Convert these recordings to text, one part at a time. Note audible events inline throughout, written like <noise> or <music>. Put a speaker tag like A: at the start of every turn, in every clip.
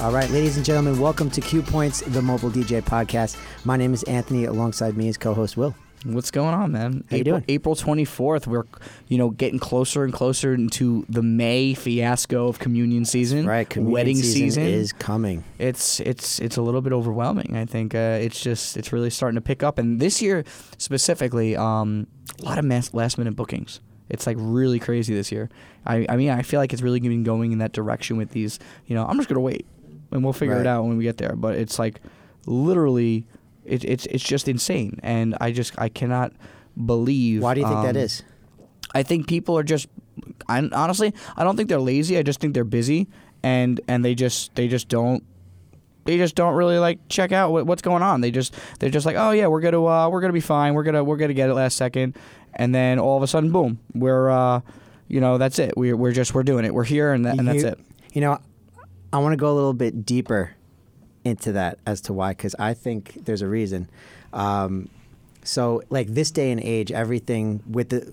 A: All right, ladies and gentlemen, welcome to Q Points, the mobile DJ podcast. My name is Anthony. Alongside me is co-host Will.
B: What's going on, man?
A: How you
B: April,
A: doing?
B: April 24th, we're you know getting closer and closer into the May fiasco of communion season.
A: Right, communion
B: wedding season,
A: is coming.
B: It's it's it's a little bit overwhelming. I think uh, it's just it's really starting to pick up, and this year specifically, um, a lot of mass, last minute bookings. It's like really crazy this year. I, I mean, I feel like it's really been going in that direction with these. You know, I'm just gonna wait, and we'll figure
A: Right.
B: it out when we get there. But it's like literally, it, it's it's just insane, and I just I cannot believe.
A: Why do you think that
B: um,
A: is?
B: I think people are just. I honestly, I don't think they're lazy. I just think they're busy, and and they just they just don't. They just don't really like check out what, what's going on. They just they're just like, oh yeah, we're gonna uh, we're gonna be fine. We're gonna we're gonna get it last second, and then all of a sudden, boom, we're uh, you know that's it. We're we're just we're doing it. We're here, and, that, and that's
A: You-
B: it.
A: You know, I want to go a little bit deeper into that as to why, because I think there's a reason. Um, so, like this day and age, everything with the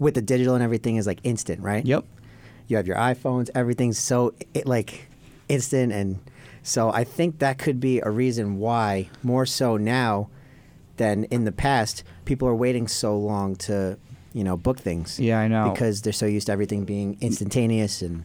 A: with the digital and everything is like instant, right?
B: Yep.
A: You have your iPhones, everything's so it, like instant, and so I think that could be a reason why more so now than in the past, people are waiting so long to you know book things.
B: Yeah, I know.
A: Because they're so used to everything being instantaneous and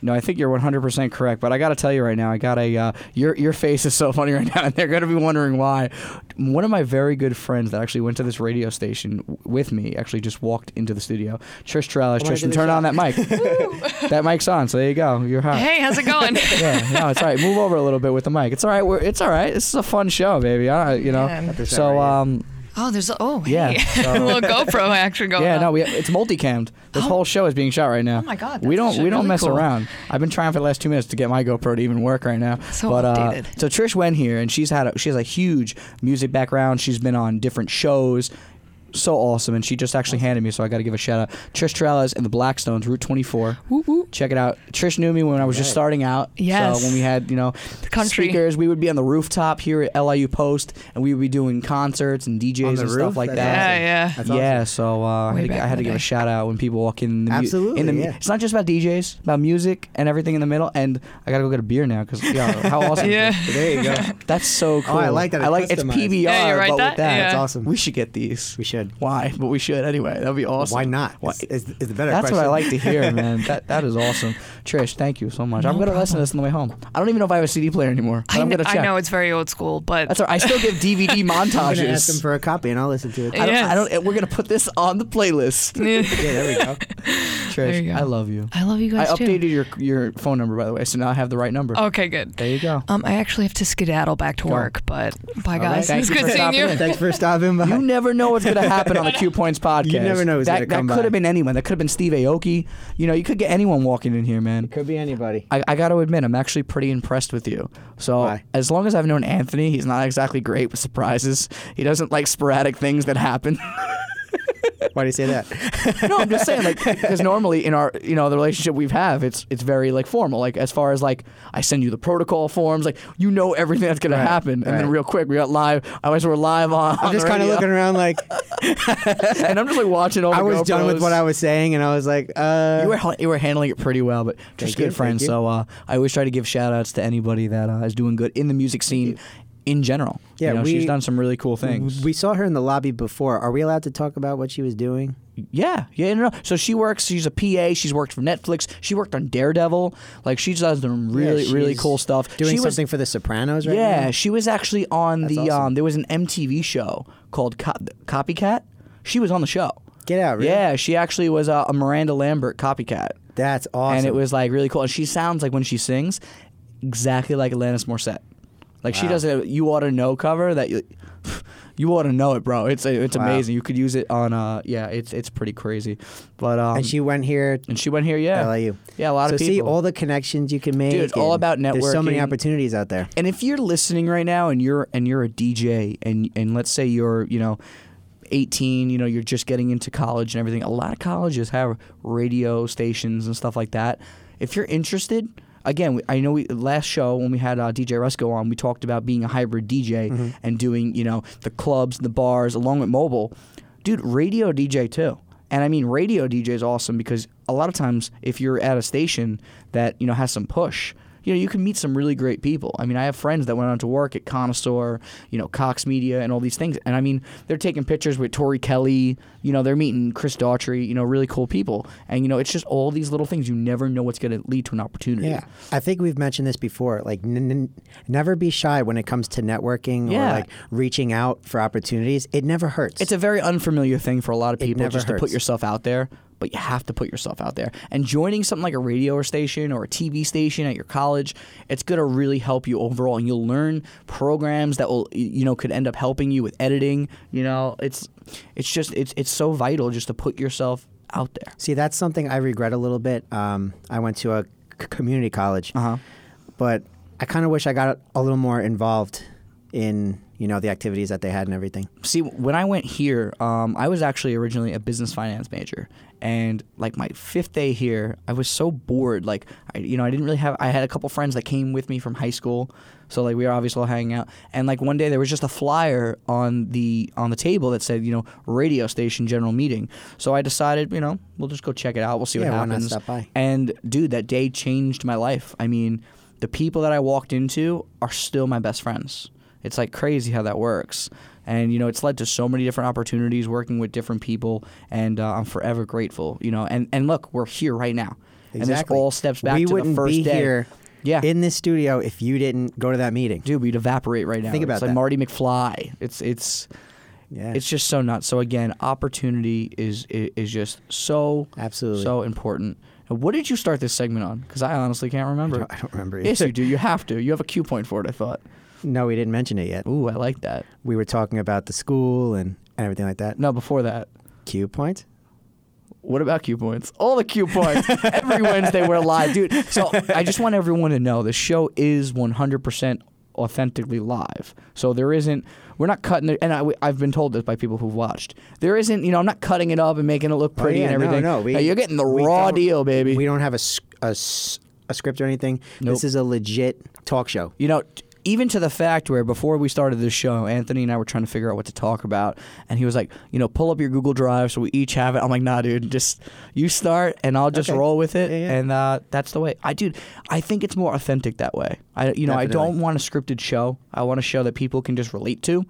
B: No, I think you're 100% correct, but I got to tell you right now, I got a uh, your your face is so <laughs> funny right now and they're going to be wondering why. One of my very good friends that actually went to this radio station w- with me actually just walked into the studio. Trish Trellis,
A: Oh, I
B: Tristan,
A: did
B: turn
A: the
B: on that mic.
C: <laughs>
B: <laughs> that mic's on, so there you go. You're hot.
C: Hey, how's it going?
B: <laughs>
C: <laughs>
B: Yeah, no, it's all right. Move over a little bit with the mic. It's all right. We're, it's all right. This is a fun show, baby. All right, you know.
C: Yeah. Got
A: this out
B: So
A: right
B: um
C: oh, there's a, oh, hey.
B: Yeah, so-
C: <laughs> a
B: <laughs>
C: little GoPro action going.
B: yeah,
C: on.
B: no, we, it's multicammed. This whole show is being shot right now. Oh
C: my God,
B: we
C: that's
B: don't
C: actually
B: we don't
C: really
B: mess
C: cool.
B: around. I've been trying for the last two minutes to get my GoPro to even work right now.
C: So
B: but,
C: updated.
B: Uh, so Trish went here, and she's had a, she has a huge music background. She's been on different shows. So awesome, and she just actually handed me, so I got to give a shout out. Trish Trellis and the Blackstones, Route 24. Check it out. Trish knew me when I was just
A: Right.
B: starting out.
C: Yes.
B: So when we had, you know,
C: Country.
B: speakers, we would be on the rooftop here at LIU Post, and we would be doing concerts and DJs
A: On
B: and
A: the
B: stuff
A: roof?
B: like
A: That's
B: that
C: Yeah,
A: awesome.
C: yeah.
A: That's
B: yeah,
A: awesome.
B: so uh, I
C: Way
B: had, to,
C: back
B: I
C: in
B: had
C: the
B: to give a
C: day.
B: shout out when people walk in the mu-
A: Absolutely,
B: in the
A: yeah.
B: It's not just about DJs, about music and everything in the middle. And I gotta go get a beer now because
A: <laughs>
B: how awesome! is
C: Yeah.
B: this?
A: There
B: <laughs>
A: you go.
B: that's so cool.
A: Oh, I like that.
B: I
A: It's
B: like it's
A: customized.
B: PBR,
C: Yeah, you're right,
B: but
C: that-
B: with that,
C: yeah.
A: That's awesome.
B: We should get these.
A: We should.
B: Why? But we should anyway. That'd be awesome.
A: Why not?
B: Why-
A: Is, is, is the better
B: That's
A: question.
B: what I like to
C: <laughs>
B: hear, man. That that is awesome. Trish, thank you so much. I'm gonna listen to this on the way home. I don't even know if I have a CD player anymore. But
C: I,
B: am
C: kn-
B: gonna
C: I
B: check.
C: know it's very old school, but
B: That's all right. I still give
C: <laughs>
A: <laughs>
B: DVD
A: I'm
B: montages.
A: gonna ask them for a copy, and I'll listen to it.
B: I don't,
C: Yes.
B: I don't, we're gonna put this on the playlist.
A: Yeah, there we go.
B: <laughs>
C: There
B: Trish,
C: you go.
B: I love you.
C: <laughs> I love you guys
B: I
C: too. Oh,
B: updated your your phone number by the way, so now I have the right number.
C: Okay, good.
B: There you go.
C: Um, I actually have to skedaddle back to
B: Go.
C: work, but bye
A: All right.
C: guys. <laughs>
B: Thank
C: It's
B: you
C: good
B: for
C: seeing
B: stopping
C: you.
B: in.
A: Thanks for stopping by.
B: You never know what's gonna happen on the Q Points podcast.
A: never know who's
B: that
A: gonna
B: that
A: come
B: could
A: by.
B: have been anyone. That could have been Steve Aoki. You know, you could get anyone walking in here, man.
A: Could be anybody.
B: I, I got to admit, I'm actually pretty impressed with you. So
A: Why?
B: as long as I've known Anthony, he's not exactly great with surprises. He doesn't like sporadic things that happen.
A: Why do you say that?
B: <laughs> no, I'm just saying,
A: <laughs>
B: like, because normally in our, you know, the relationship we've have, it's it's very like formal. Like as far as like, I send you the protocol forms. Like you know everything that's gonna happen, and then
A: right.
B: real quick we got live. I was we're live on.
A: I'm just kind of
B: <laughs>
A: looking around like
B: and I'm just like watching all.
A: I
B: the
A: was done with
B: GoPros.
A: what I was saying, and I was like, uh,
B: You were, hel- you were handling it pretty well, but
A: Thank
B: just
A: you,
B: good
A: thank
B: friends.
A: you.
B: So uh, I always try to give shout outs to anybody that uh, is doing good in the music scene in general.
A: Yeah,
B: you know,
A: we-
B: she's done some really cool things.
A: We saw her in the lobby before. Are we allowed to talk about what she was doing?
B: Yeah, yeah, no, no. So she works. She's a PA. She's worked for Netflix. She worked on Daredevil. Like she's done some really,
A: Yeah,
B: really
A: she's
B: cool stuff.
A: Doing
B: she
A: something for The Sopranos, right?
B: Was, yeah,
A: now?
B: she was actually on the.
A: awesome.
B: Um, there was an MTV show called Co- Copycat. She was on the show.
A: Get out, really?
B: Yeah, she actually was uh, a Miranda Lambert copycat,
A: That's awesome.
B: and it was like really cool. And she sounds like when she sings, exactly like Alanis Morissette. Like she does a "You Ought to Know" cover that you, <sighs> you ought to know it, bro. It's uh, it's amazing. You could use it on uh yeah, it's it's pretty crazy, but um
A: and she went here.
B: and she went here, yeah.
A: LAU.
B: Yeah, a lot
A: so
B: of people.
A: see all the connections you can make.
B: Dude, it's all
A: and
B: about
A: There's so many
B: networking.
A: opportunities out there.
B: and if you're listening right now and you're and you're a DJ and and let's say you're, you know, 18, you know, you're just getting into college and everything. A lot of colleges have radio stations and stuff like that. If you're interested, again, we- I know we last show when we had uh, DJ Resco on, we talked about being a hybrid DJ and doing, you know, the clubs, the bars along with mobile. Dude, radio DJ too. And I mean, radio DJ is awesome because a lot of times, if you're at a station that you know has some push, you know, you can meet some really great people. I mean, I have friends that went on to work at Connoisseur, you know, Cox Media, and all these things. And I mean, they're taking pictures with Tori Kelly. You know, they're meeting Chris Daughtry. You know, really cool people. And you know, it's just all these little things. You never know what's going to lead to an opportunity.
A: Yeah, I think we've mentioned this before. Like, n- n- never be shy when it comes to networking
B: Yeah.
A: or like reaching out for opportunities. It never hurts.
B: It's a very unfamiliar thing for a lot of people
A: never
B: just to put
A: hurts.
B: yourself out there, but you have to put yourself out there. And joining something like a radio station or a TV station at your college, it's going to really help you overall and you'll learn programs that will y- you know could end up helping you with editing, you know. It's it's just it's it's so vital just to put yourself out there.
A: See, that's something I regret a little bit. Um, I went to a c- community college,
B: Uh-huh.
A: but I kind of wish I got a little more involved in you know the activities that they had and everything.
B: see when I went here, um, I was actually originally a business finance major, and like my fifth day here, I was so bored. Like I, you know, I didn't really have. I had a couple friends that came with me from high school, so like we were obviously all hanging out. And like one day there was just a flyer on the on the table that said you know radio station general meeting. So I decided you know we'll just go check it out. We'll see what
A: Yeah, why not
B: happens.
A: stop by?
B: And dude, that day changed my life. I mean, the people that I walked into are still my best friends. It's like crazy how that works. And you know, it's led to so many different opportunities working with different people, and uh, I'm forever grateful. You know, and and look, we're here right now, and this
A: Exactly.
B: all steps back
A: we
B: to
A: wouldn't
B: the first
A: be
B: day.
A: here,
B: yeah,
A: in this studio if you didn't go to that meeting.
B: dude, we'd evaporate right now.
A: Think about
B: it's like
A: that.
B: Marty McFly. It's it's
A: Yeah,
B: it's just so nuts. So again, opportunity is i- is just so
A: Absolutely.
B: so important. Now, What did you start this segment on? Because I honestly can't remember.
A: I don't remember.
B: Yes,
A: either.
B: you do. You have to. You have a cue point for it. I thought.
A: <laughs> No, we didn't mention it yet.
B: Ooh, I like that.
A: We were talking about the school and, and everything like that.
B: No, before that.
A: Cue point.
B: What about cue points? All the
A: <laughs>
B: cue points. Every Wednesday we're live, dude. So I just want everyone to know the show is 100% authentically live. So there isn't, we're not cutting it. And I, I've been told this by people who've watched. There isn't, you know, I'm not cutting it up and making it look pretty
A: Oh, yeah,
B: and
A: no,
B: everything.
A: no, we-
B: you're getting the
A: we
B: raw
A: don't-
B: deal, baby.
A: We don't have a, s- a s- a script or anything.
B: Nope.
A: This is a legit talk show.
B: You know, t- even to the fact where before we started this show, Anthony and I were trying to figure out what to talk about, and he was like, you know, pull up your Google Drive so we each have it. I'm like, nah, dude, just you start and I'll just
A: Okay.
B: roll with it,
A: Yeah, yeah.
B: and uh, that's the way. I dude, I think it's more authentic that way. I you know, I
A: Definitely.
B: don't want a scripted show. I want a show that people can just relate to,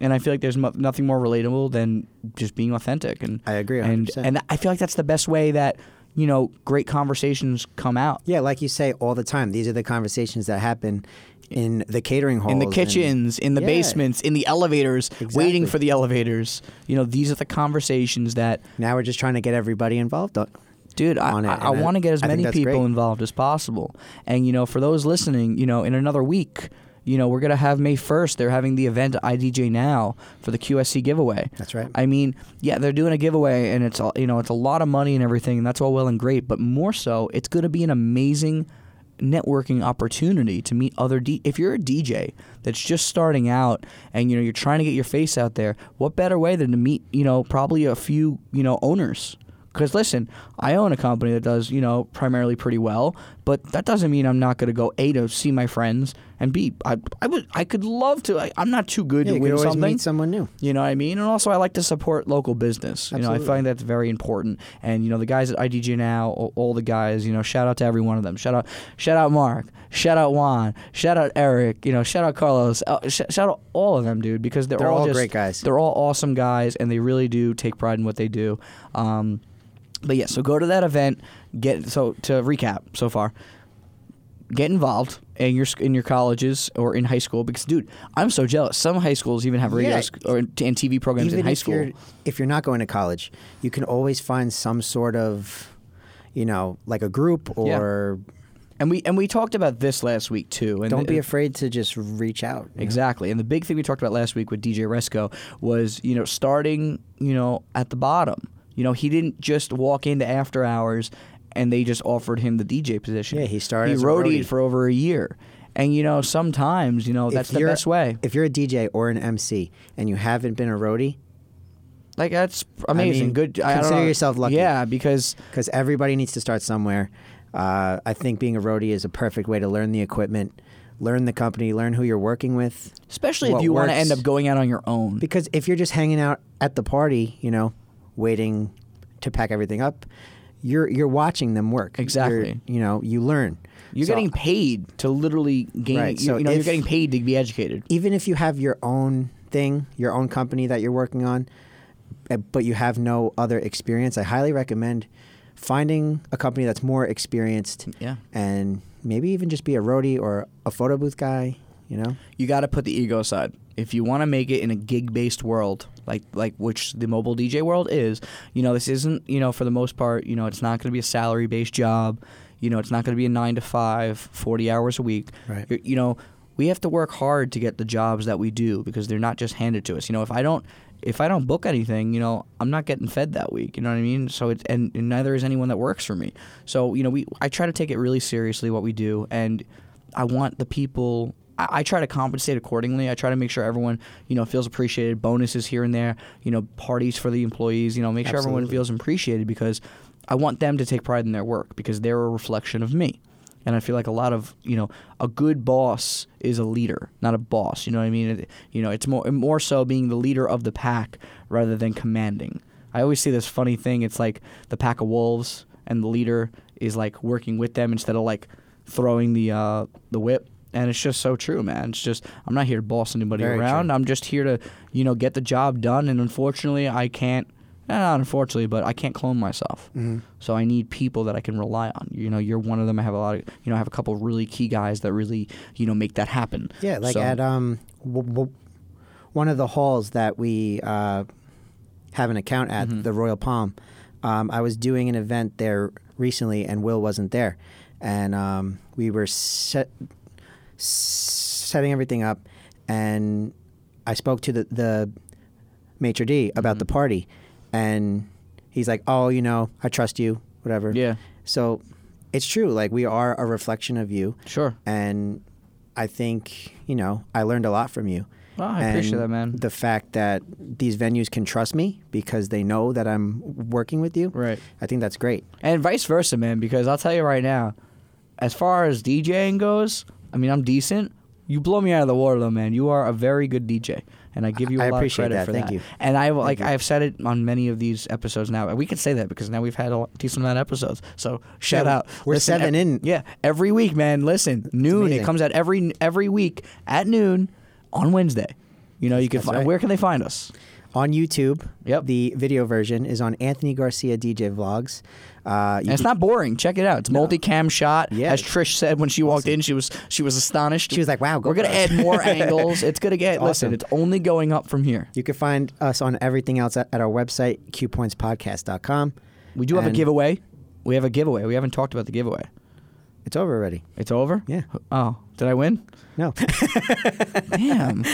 B: and I feel like there's mo- nothing more relatable than just being authentic. And
A: I agree
B: And
A: 100%.
B: and I feel like that's the best way that you know great conversations come out.
A: Yeah, like you say all the time, these are the conversations that happen in the catering halls,
B: in the
A: and-
B: kitchens, in the
A: Yeah.
B: basements, in the elevators, waiting
A: Exactly.
B: for the elevators. You know, these are the conversations that,
A: Now we're just trying to get everybody involved. on-
B: dude, I,
A: On it,
B: I,
A: and
B: I
A: that-
B: want to get as
A: I think
B: many
A: that's
B: people
A: great.
B: involved as possible. And, you know, for those listening, you know, in another week, you know, we're going to have May 1st. They're having the event at IDJ Now for the QSC giveaway.
A: That's right.
B: I mean, yeah, they're doing a giveaway and it's all, you know, it's a lot of money and everything, and that's all well and great, but more so, it's going to be an amazing networking opportunity to meet other D- if you're a DJ that's just starting out and you know you're trying to get your face out there, what better way than to meet, you know, probably a few, you know, owners. Cuz listen, I own a company that does, you know, primarily pretty well, but that doesn't mean I'm not going to go A to see my friends and B I I would I could love to. I, I'm not too good
A: Yeah,
B: to
A: you could
B: win
A: always
B: something.
A: meet someone new.
B: You know what I mean? And also, I like to support local business. You know, I
A: Absolutely.
B: find that's very important. And you know, the guys at IDG now, all, all the guys. You know, shout out to every one of them. Shout out, shout out Mark. Shout out Juan. Shout out Eric. You know, shout out Carlos. Uh, sh- shout out all of them, dude, because they're,
A: They're all
B: just-
A: great guys.
B: They're all awesome guys, and they really do take pride in what they do. Um, but yeah, so go to that event. Get so to recap so far get involved in your sc- in your colleges or in high school because dude i'm so jealous some high schools even have radio
A: Yeah.
B: sc- or, and tv programs
A: Even
B: in high
A: if
B: school
A: you're if you're not going to college, you can always find some sort of, you know, like a group
B: Yeah.
A: or
B: and we and we talked about this last week too and
A: don't
B: th-
A: be afraid to just reach out. you know?
B: Exactly. And the big thing we talked about last week with DJ Resco was, you know, starting, you know, at the bottom. You know, he didn't just walk into after hours and they just offered him the DJ position.
A: Yeah, he started
B: He
A: as a
B: roadied
A: roadie.
B: for over a year. And you know, sometimes, you know, that's the
A: you're-
B: best way.
A: If you're a DJ or an MC and you haven't been a roadie,
B: Like that's amazing.
A: mean,
B: Good. I don't
A: consider
B: know.
A: yourself lucky.
B: Yeah, because
A: because everybody needs to start somewhere. Uh, I think being a roadie is a perfect way to learn the equipment, learn the company, learn who you're working with.
B: especially if
A: what
B: you want to
A: works.
B: end up going out on your own.
A: Because if you're just hanging out at the party, you know, waiting to pack everything up, you're you're watching them work. You're-
B: Exactly.
A: you know, you learn.
B: You're
A: So
B: getting paid to literally gain.
A: Right,
B: You,
A: so
B: you know, you're
A: if-
B: getting paid to be educated.
A: even if you have your own thing, your own company that you're working on, uh, but you have no other experience, I highly recommend finding a company that's more experienced
B: Yeah.
A: and maybe even just be a roadie or a photo booth guy, you know?
B: you got to put the ego aside. If you want to make it in a gig-based world, like like which the mobile DJ world is, you know, this isn't, you know, for the most part, you know, it's not going to be a salary-based job. You know, it's not going to be a 9 to 5, 40 hours a week.
A: Right.
B: You're- you know, we have to work hard to get the jobs that we do because they're not just handed to us. You know, if I don't if I don't book anything, you know, I'm not getting fed that week. You know what I mean? So it's and, and neither is anyone that works for me. So you know, we I try to take it really seriously what we do, and I want the people. I, I try to compensate accordingly. I try to make sure everyone you know feels appreciated. Bonuses here and there. You know, parties for the employees. You know, make sure everyone
A: Absolutely.
B: feels appreciated because I want them to take pride in their work because they're a reflection of me. And I feel like a lot of you know a good boss is a leader, not a boss. You know what I mean? It, you know, it's more more so being the leader of the pack rather than commanding. I always see this funny thing. It's like the pack of wolves, and the leader is like working with them instead of like throwing the uh, the whip. And it's just so true, man. It's just I'm not here to boss anybody
A: Very
B: around.
A: true.
B: I'm just here to you know get the job done. And unfortunately, I can't. eh, Not unfortunately, but I can't clone myself.
A: Mm-hmm.
B: So I need people that I can rely on. You know, you're one of them. I have a lot of, you know, I have a couple really key guys that really, you know, make that happen.
A: Yeah, like
B: So-
A: at um, w- w- one of the halls that we uh, have an account at,
B: Mm-hmm.
A: the Royal Palm. Um, I was doing an event there recently, and Will wasn't there, and um, we were set, setting everything up, and I spoke to the the maitre d about the
B: Mm-hmm.
A: party, and he's like, "Oh, you know, I trust you, whatever."
B: Yeah.
A: So, it's true. Like we are a reflection of you
B: Sure.
A: and I think you know I learned a lot from you.
B: Wow, Oh, I appreciate
A: And
B: that, man.
A: The fact that these venues can trust me because they know that I'm working with you.
B: Right.
A: I think that's great.
B: And vice versa, man, because I'll tell you right now, as far as DJing goes, I mean, I'm decent. You blow me out of the water, though, man. You are a very good DJ, and I give you a
A: I
B: lot of
A: appreciate
B: credit
A: that.
B: for
A: Thank
B: that.
A: you.
B: And I like I've said it on many of these episodes now. We can say that because now we've had a decent amount of episodes. So shout
A: Yeah,
B: out.
A: we're seven
B: ev-
A: in.
B: Yeah, every week, man. Listen, noon. It
A: amazing.
B: comes out every every week at noon on Wednesday. You know, you can
A: That's
B: find.
A: right.
B: Where can they find us?
A: On YouTube,
B: Yep.
A: the video version is on Anthony Garcia DJ Vlogs. Uh, you
B: And it's not boring. Check it out. It's multi-cam shot.
A: Yeah.
B: As Trish said when she walked in, she was she was astonished.
A: She was like, "Wow,
B: we're gonna
A: GoPros."
B: add <laughs> more angles. It's gonna get listen.
A: Awesome.
B: It's only going up from here.
A: you can find us on everything else at, at our website, qpointspodcast.com.
B: We do have
A: And
B: a giveaway. We have a giveaway. We haven't talked about the giveaway.
A: It's over already.
B: It's over.
A: Yeah.
B: Oh, did I win?
A: No.
B: <laughs> Damn.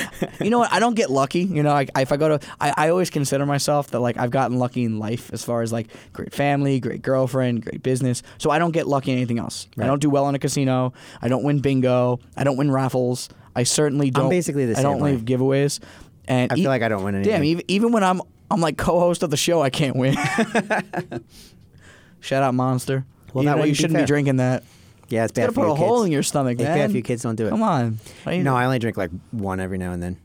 B: you know what? I don't get lucky. You know, I, if I go to, I, I always consider myself that like I've gotten lucky in life as far as like great family, great girlfriend, great business. So I don't get lucky in anything else. I
A: Right.
B: don't do well in a casino. I don't win bingo. I don't win raffles. I certainly don't.
A: basically the
B: I don't
A: same way.
B: leave giveaways. And
A: I
B: e-
A: feel like I don't win anything.
B: Damn. Even, even when I'm I'm like co-host of the show, I can't win. <laughs> Shout out, Monster.
A: Well,
B: you
A: that
B: know,
A: wouldn't
B: you
A: be
B: shouldn't be
A: fair.
B: drinking that.
A: yeah, it's
B: It's
A: bad
B: gonna
A: for
B: put
A: your
B: a hole
A: kids.
B: in your stomach,
A: It's
B: man.
A: bad for your kids. Don't do it.
B: Come on. Why you-
A: No, I only drink like one every now and then.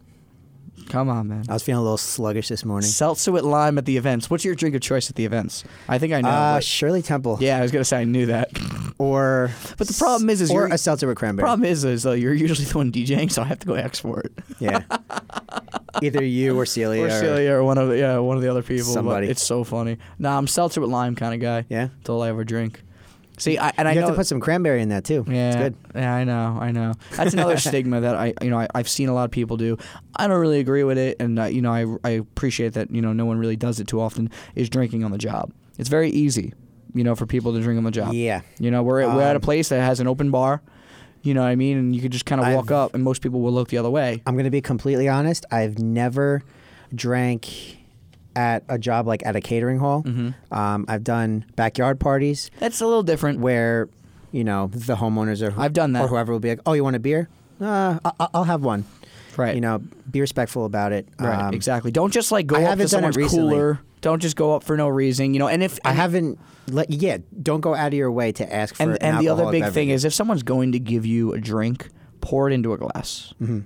B: Come on, man.
A: I was feeling a little sluggish this morning.
B: Seltzer with lime at the events. What's your drink of choice at the events? I think I know.
A: uh,
B: but-
A: Shirley Temple.
B: yeah, I was gonna say I knew that.
A: <laughs> or
B: But the problem is- is
A: or
B: you're-
A: a seltzer with cranberry.
B: Problem is, is though you're usually the one DJing, so I have to go ask for it. <laughs>
A: Yeah, either you or Celia.
B: Or
A: or-
B: Celia, or one of the, yeah, one of the other people. but
A: Somebody.
B: It's so funny. Nah, I'm seltzer with lime kind of guy.
A: Yeah?
B: it's all I ever drink. See, I, and I
A: you
B: know
A: have to put some cranberry in that too.
B: Yeah,
A: it's good.
B: yeah, I know, I know.
A: <laughs>
B: That's another stigma that I, you know, I, I've seen a lot of people do. I don't really agree with it, and uh, you know, I, I appreciate that. You know, no one really does it too often. Is drinking on the job? It's very easy, you know, for people to drink on the job.
A: Yeah.
B: You know, we're at, we're at a
A: Um,
B: place that has an open bar. You know what I mean? And you could just kind of walk
A: I've-
B: up, and most people will look the other way.
A: I'm gonna be completely honest. I've never drank at a job like at a catering hall.
B: Mm-hmm.
A: Um, I've done backyard parties
B: That's a little different.
A: where you know the homeowners or who-
B: I've done that.
A: or whoever will be like, "Oh, you want a beer? Uh, I- I- I'll have one."
B: Right.
A: You know, be respectful about it.
B: Right,
A: Um,
B: exactly. Don't just like go
A: I
B: up
A: haven't
B: to
A: done it
B: someone's
A: recently.
B: cooler. Don't just go up for no reason. You know, and if
A: I
B: and-
A: haven't let yeah. Don't go out of your way to ask for
B: and
A: an
B: and the other
A: alcoholic
B: big
A: beverage. Mm.
B: thing is if someone's going to give you a drink, pour it into a glass. Mm-hmm.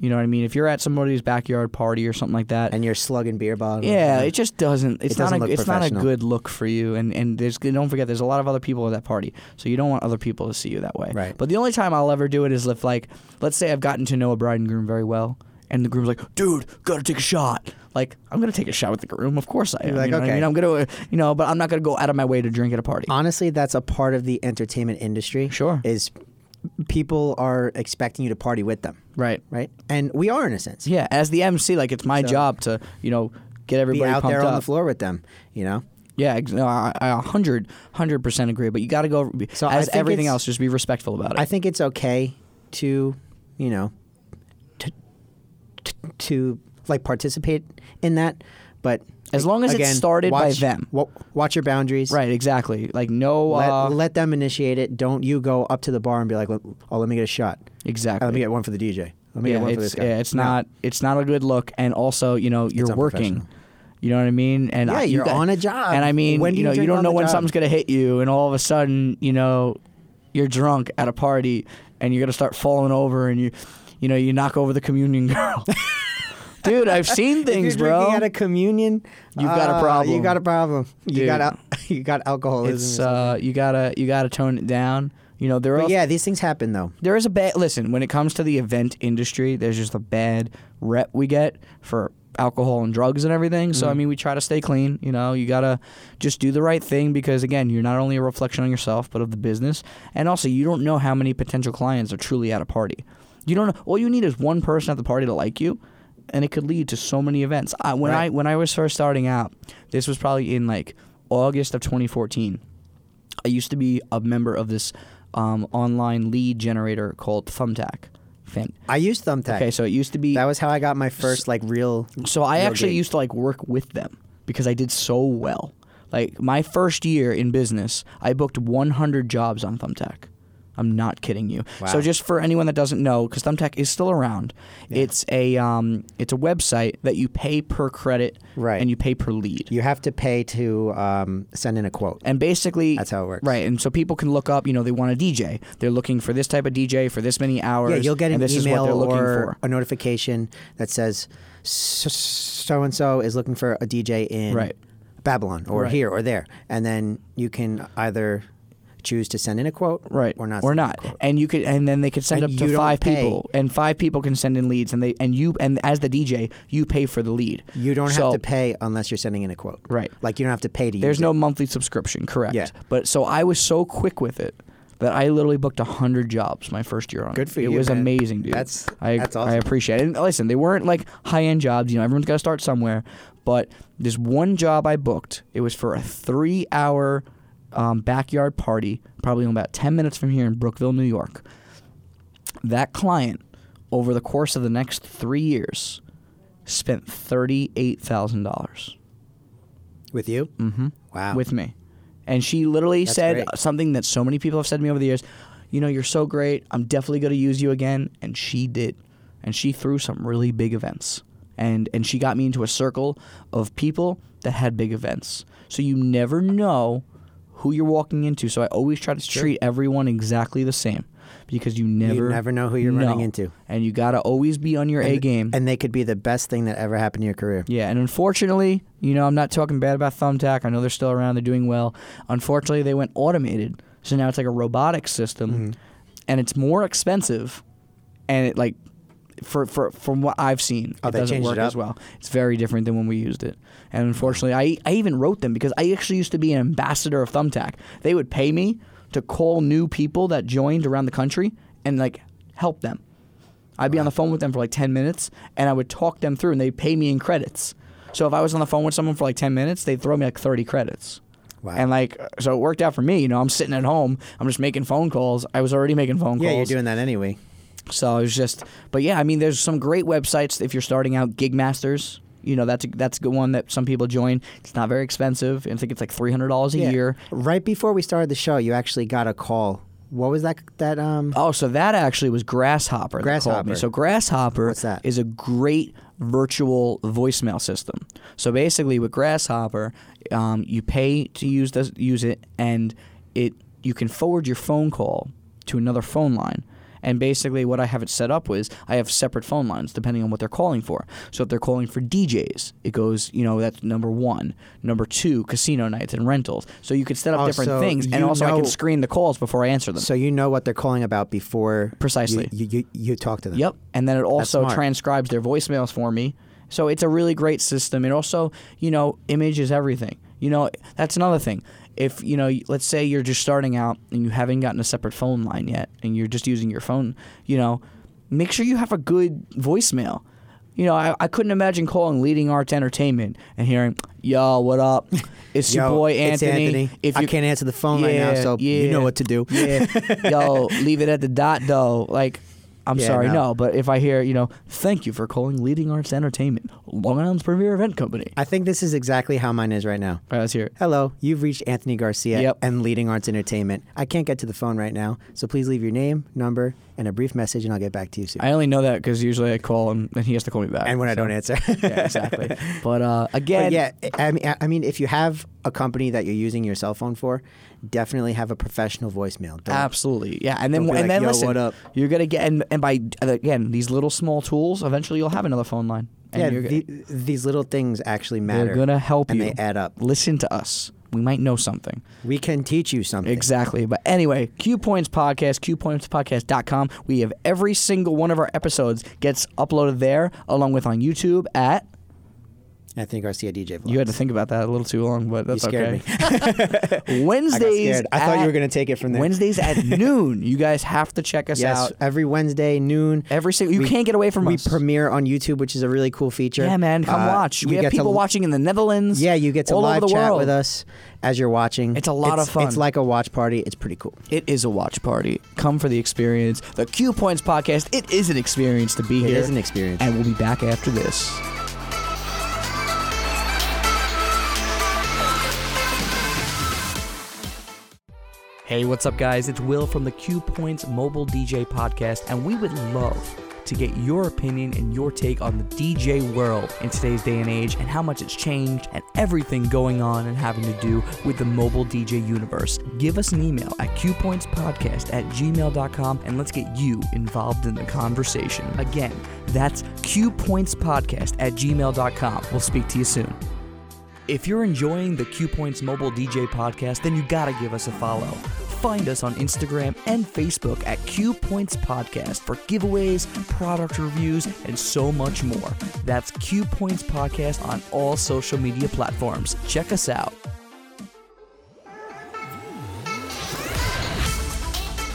B: You know what I mean? If you're at somebody's backyard party or something like that,
A: and you're slugging beer bottles.
B: yeah, it just doesn't. It's
A: It doesn't
B: not.
A: look
B: A, it's not a
A: professional.
B: good look for you. And and there's don't forget there's a lot of other people at that party, so you don't want other people to see you that way.
A: Right.
B: But the only time I'll ever do it is if like, let's say I've gotten to know a bride and groom very well, and the groom's like, dude, gotta take a shot. Like I'm gonna take a shot with the groom. Of course I am.
A: like,
B: you know what I
A: "Okay." Uh.
B: mean? I'm gonna, you know, but I'm not gonna go out of my way to drink at a party.
A: honestly, that's a part of the entertainment industry.
B: Sure.
A: is people are expecting you to party with them,
B: right.
A: right? And we are in a sense.
B: Yeah. As the MC, like it's my
A: So-
B: job to, you know, get
A: be
B: everybody
A: out
B: pumped
A: there on
B: up.
A: the floor with them, you know.
B: Yeah, ex- no, I, I 100 percent agree. But you got to go
A: So I
B: as
A: think
B: everything
A: it's-
B: else. Just be respectful about it.
A: I think it's okay to, you know, to, to, to like participate in that, but
B: As long as it's
A: again,
B: started by
A: watch-
B: them.
A: wa- watch your boundaries.
B: right, exactly. Like no,
A: Let,
B: uh,
A: let them initiate it. Don't you go up to the bar and be like, "Oh, let me get a shot.
B: exactly.
A: Uh, let me get one for the DJ. Let me
B: yeah,
A: get one
B: it's,
A: for this guy."
B: yeah, it's
A: No.
B: not. It's not a good look. And also, you know, you're working.
A: unprofessional.
B: You know what I mean? And
A: Yeah,
B: I, you
A: you're
B: got-
A: on a job.
B: And I mean,
A: When do
B: you
A: you
B: know, you
A: drink
B: don't
A: on
B: know
A: the
B: when
A: job?
B: something's gonna hit you, and all of a sudden, you know, you're drunk at a party, and you're gonna start falling over, and you, you know, you knock over the communion girl. <laughs> Dude, I've seen
A: If
B: things,
A: you're
B: bro.
A: drinking at a communion,
B: You've got a
A: uh,
B: problem.
A: You got a problem.
B: Dude.
A: You got al- <laughs> you got alcoholism. or
B: it's
A: something.
B: uh, you gotta you gotta tone it down. You know there are
A: but yeah, these things happen though.
B: there is a bad listen when it comes to the event industry. There's just a bad rep we get for alcohol and drugs and everything. So I mean we try to stay clean. You know you gotta just do the right thing because again you're not only a reflection on yourself but of the business and also you don't know how many potential clients are truly at a party. You don't know. All you need is one person at the party to like you. And it could lead to so many events. I, when
A: Right.
B: I when I was first starting out, this was probably in like August of 2014. I used to be a member of this um, online lead generator called Thumbtack thing.
A: I used Thumbtack.
B: Okay, so it used to be.
A: that was how I got my first like real.
B: so I
A: real
B: actually
A: gig.
B: used to like work with them because I did so well. Like my first year in business, I booked 100 jobs on Thumbtack. I'm not kidding you. So
A: Wow.
B: just for anyone that doesn't know, because Thumbtack is still around, it's a um, it's a website that you pay per credit,
A: Right.
B: And you pay per lead.
A: You have to pay to um, send in a quote.
B: And basically,
A: That's how it works.
B: right? And so people can look up. You know, they want a DJ. They're looking for this type of DJ for this many hours.
A: Yeah, you'll get an
B: and this
A: email
B: is what they're looking
A: or
B: for.
A: a notification that says so and so is looking for a DJ in
B: Right.
A: Babylon or
B: Right.
A: here or there, and then you can either choose to send in a quote,
B: Right
A: or not,
B: or
A: send in a
B: not,
A: quote.
B: and you could, and then they could send
A: And
B: up
A: you
B: to
A: don't
B: five
A: pay.
B: people, and five people can send in leads, and they and you and as the DJ, you pay for the lead.
A: You don't
B: So-
A: have to pay unless you're sending in a quote,
B: Right.
A: Like you don't have to pay to
B: There's
A: use
B: no
A: it.
B: monthly subscription, correct?
A: Yeah.
B: But so I was so quick with it that I literally booked hundred jobs my first year on.
A: Good
B: it.
A: for
B: It
A: you,
B: was
A: man.
B: amazing, dude.
A: That's-
B: I,
A: that's
B: I
A: awesome.
B: appreciate it. And listen, they weren't like high end jobs. You know, everyone's got to start somewhere. But this one job I booked, it was for a three hour um, backyard party, probably about ten minutes from here in Brookville, New York. That client, over the course of the next three years, spent thirty eight thousand dollars
A: with you. Mm-hmm. Wow,
B: Mm. with me. And she literally
A: That's
B: said
A: great.
B: something that so many people have said to me over the years, you know, you're so great. I'm definitely going to use you again. And she did. And she threw some really big events. And and she got me into a circle of people that had big events. So you never know who you're walking into. So I always try to treat everyone exactly the same because you never
A: never know who you're running into.
B: And you got to always be on your A game.
A: and they could be the best thing that ever happened to your career.
B: Yeah, and unfortunately, you know, I'm not talking bad about Thumbtack. I know they're still around, they're doing well. Unfortunately, they went automated. So now it's like a robotic system and it's more expensive and it like for, for from what I've seen,
A: Oh,
B: it
A: they
B: doesn't
A: changed it
B: work
A: up?
B: as well. It's very different than when we used it. And unfortunately, I I even wrote them because I actually used to be an ambassador of Thumbtack. They would pay me to call new people that joined around the country and like help them. I'd be on the phone with them for like 10 minutes and I would talk them through and they'd pay me in credits. So if I was on the phone with someone for like 10 minutes, they'd throw me like 30 credits.
A: Wow.
B: And like, so it worked out for me. You know, I'm sitting at home, I'm just making phone calls. I was already making phone
A: Yeah,
B: calls.
A: you're doing that anyway.
B: So it was just, but yeah, I mean, there's some great websites if you're starting out. Gigmasters, you know, that's a, that's a good one that some people join. It's not very expensive. I think it's like three hundred dollars a
A: Yeah.
B: year.
A: Right before we started the show, you actually got a call. What was that? That um.
B: Oh, so that actually was Grasshopper. that called me.
A: Grasshopper.
B: So Grasshopper is
A: What's that?
B: a great virtual voicemail system. So basically, with Grasshopper, um, you pay to use this, use it, and it you can forward your phone call to another phone line, And basically, what I have it set up is I have separate phone lines depending on what they're calling for. So if they're calling for DJs, it goes, you know, that's number one. Number two, casino nights and rentals. So you could set up
A: Oh,
B: different
A: so
B: things, and
A: you
B: also I
A: know-
B: can screen the calls before I answer them.
A: So you know what they're calling about before you-
B: Precisely.
A: You you, you talk to them.
B: Yep. And then it also
A: smart.
B: transcribes their voicemails for me. So it's a really great system. It also, you know, image is everything. You know, that's another thing. If, you know, let's say you're just starting out and you haven't gotten a separate phone line yet and you're just using your phone, you know, make sure you have a good voicemail. You know, I, I couldn't imagine calling Leading Arts Entertainment and hearing, yo, what up? It's
A: Yo,
B: your boy
A: it's
B: Anthony.
A: Anthony. I
B: you-
A: can't answer the phone right now, so you know what to do.
B: yeah. Yo, leave it at the dot though. Like, I'm
A: Yeah,
B: sorry, no.
A: no.
B: But if I hear, you know, thank you for calling Leading Arts Entertainment, Long Island's premier event company.
A: <laughs> I think this is exactly how mine is right now.
B: All right, let's hear it.
A: Hello, you've reached Anthony Garcia
B: Yep.
A: and Leading Arts Entertainment. I can't get to the phone right now, so please leave your name, number, and a brief message, and I'll get back to you soon.
B: I only know that because usually I call him and he has to call me back.
A: and when I don't answer,
B: <laughs> yeah,
A: <laughs>
B: exactly. But uh, again,
A: But yeah, I I mean, I- I mean, if you have a company that you're using your cell phone for, definitely have a professional voicemail. Don't-
B: Absolutely, yeah, and then
A: Don't be
B: and
A: like,
B: then
A: "Yo,
B: listen,
A: what up?"
B: you're gonna get and, and by uh, again these little small tools. Eventually, you'll have another phone line. And
A: yeah,
B: you're gonna-
A: the, these little things actually matter.
B: they're gonna help
A: and
B: you.
A: they add up.
B: Listen to us. We might know something.
A: We can teach you something.
B: Exactly. But anyway, Q Points Podcast, QPointsPodcast.com. We have every single one of our episodes gets uploaded there, along with on YouTube at.
A: Anthony Garcia DJ. Vlogs.
B: You had to think about that a little too long, but that's
A: You scared <laughs>
B: okay. <laughs> Wednesdays.
A: scared. I thought you
B: at-
A: were gonna take it from there. <laughs>
B: Wednesdays at noon. You guys have to check us
A: Yes,
B: out.
A: every Wednesday noon.
B: Every single you
A: We-
B: can't get away from
A: we
B: us.
A: premiere on YouTube, which is a really cool feature.
B: yeah, man, come
A: Uh,
B: watch. We
A: you
B: have
A: get to
B: people
A: l-
B: watching in the Netherlands.
A: Yeah, you get to
B: all
A: live
B: over the
A: chat
B: world.
A: with us as you're watching.
B: It's a lot of fun.
A: It's like a watch party. It's pretty cool.
B: It is a watch party. Come for the experience. The Q Points Podcast. It is an experience to be
A: It
B: here.
A: is an experience.
B: and we'll be back after this. Hey, what's up, guys? It's Will from the Q Points Mobile DJ Podcast, and we would love to get your opinion and your take on the DJ world in today's day and age and how much it's changed and everything going on and having to do with the mobile DJ universe. Give us an email at qpointspodcast at gmail.com and let's get you involved in the conversation. Again, that's qpointspodcast at gmail.com. We'll speak to you soon. If you're enjoying the Q Points Mobile DJ podcast, then you gotta give us a follow. Find us on Instagram and Facebook at Q Points Podcast for giveaways, product reviews, and so much more. That's Q Points Podcast on all social media platforms. Check us out.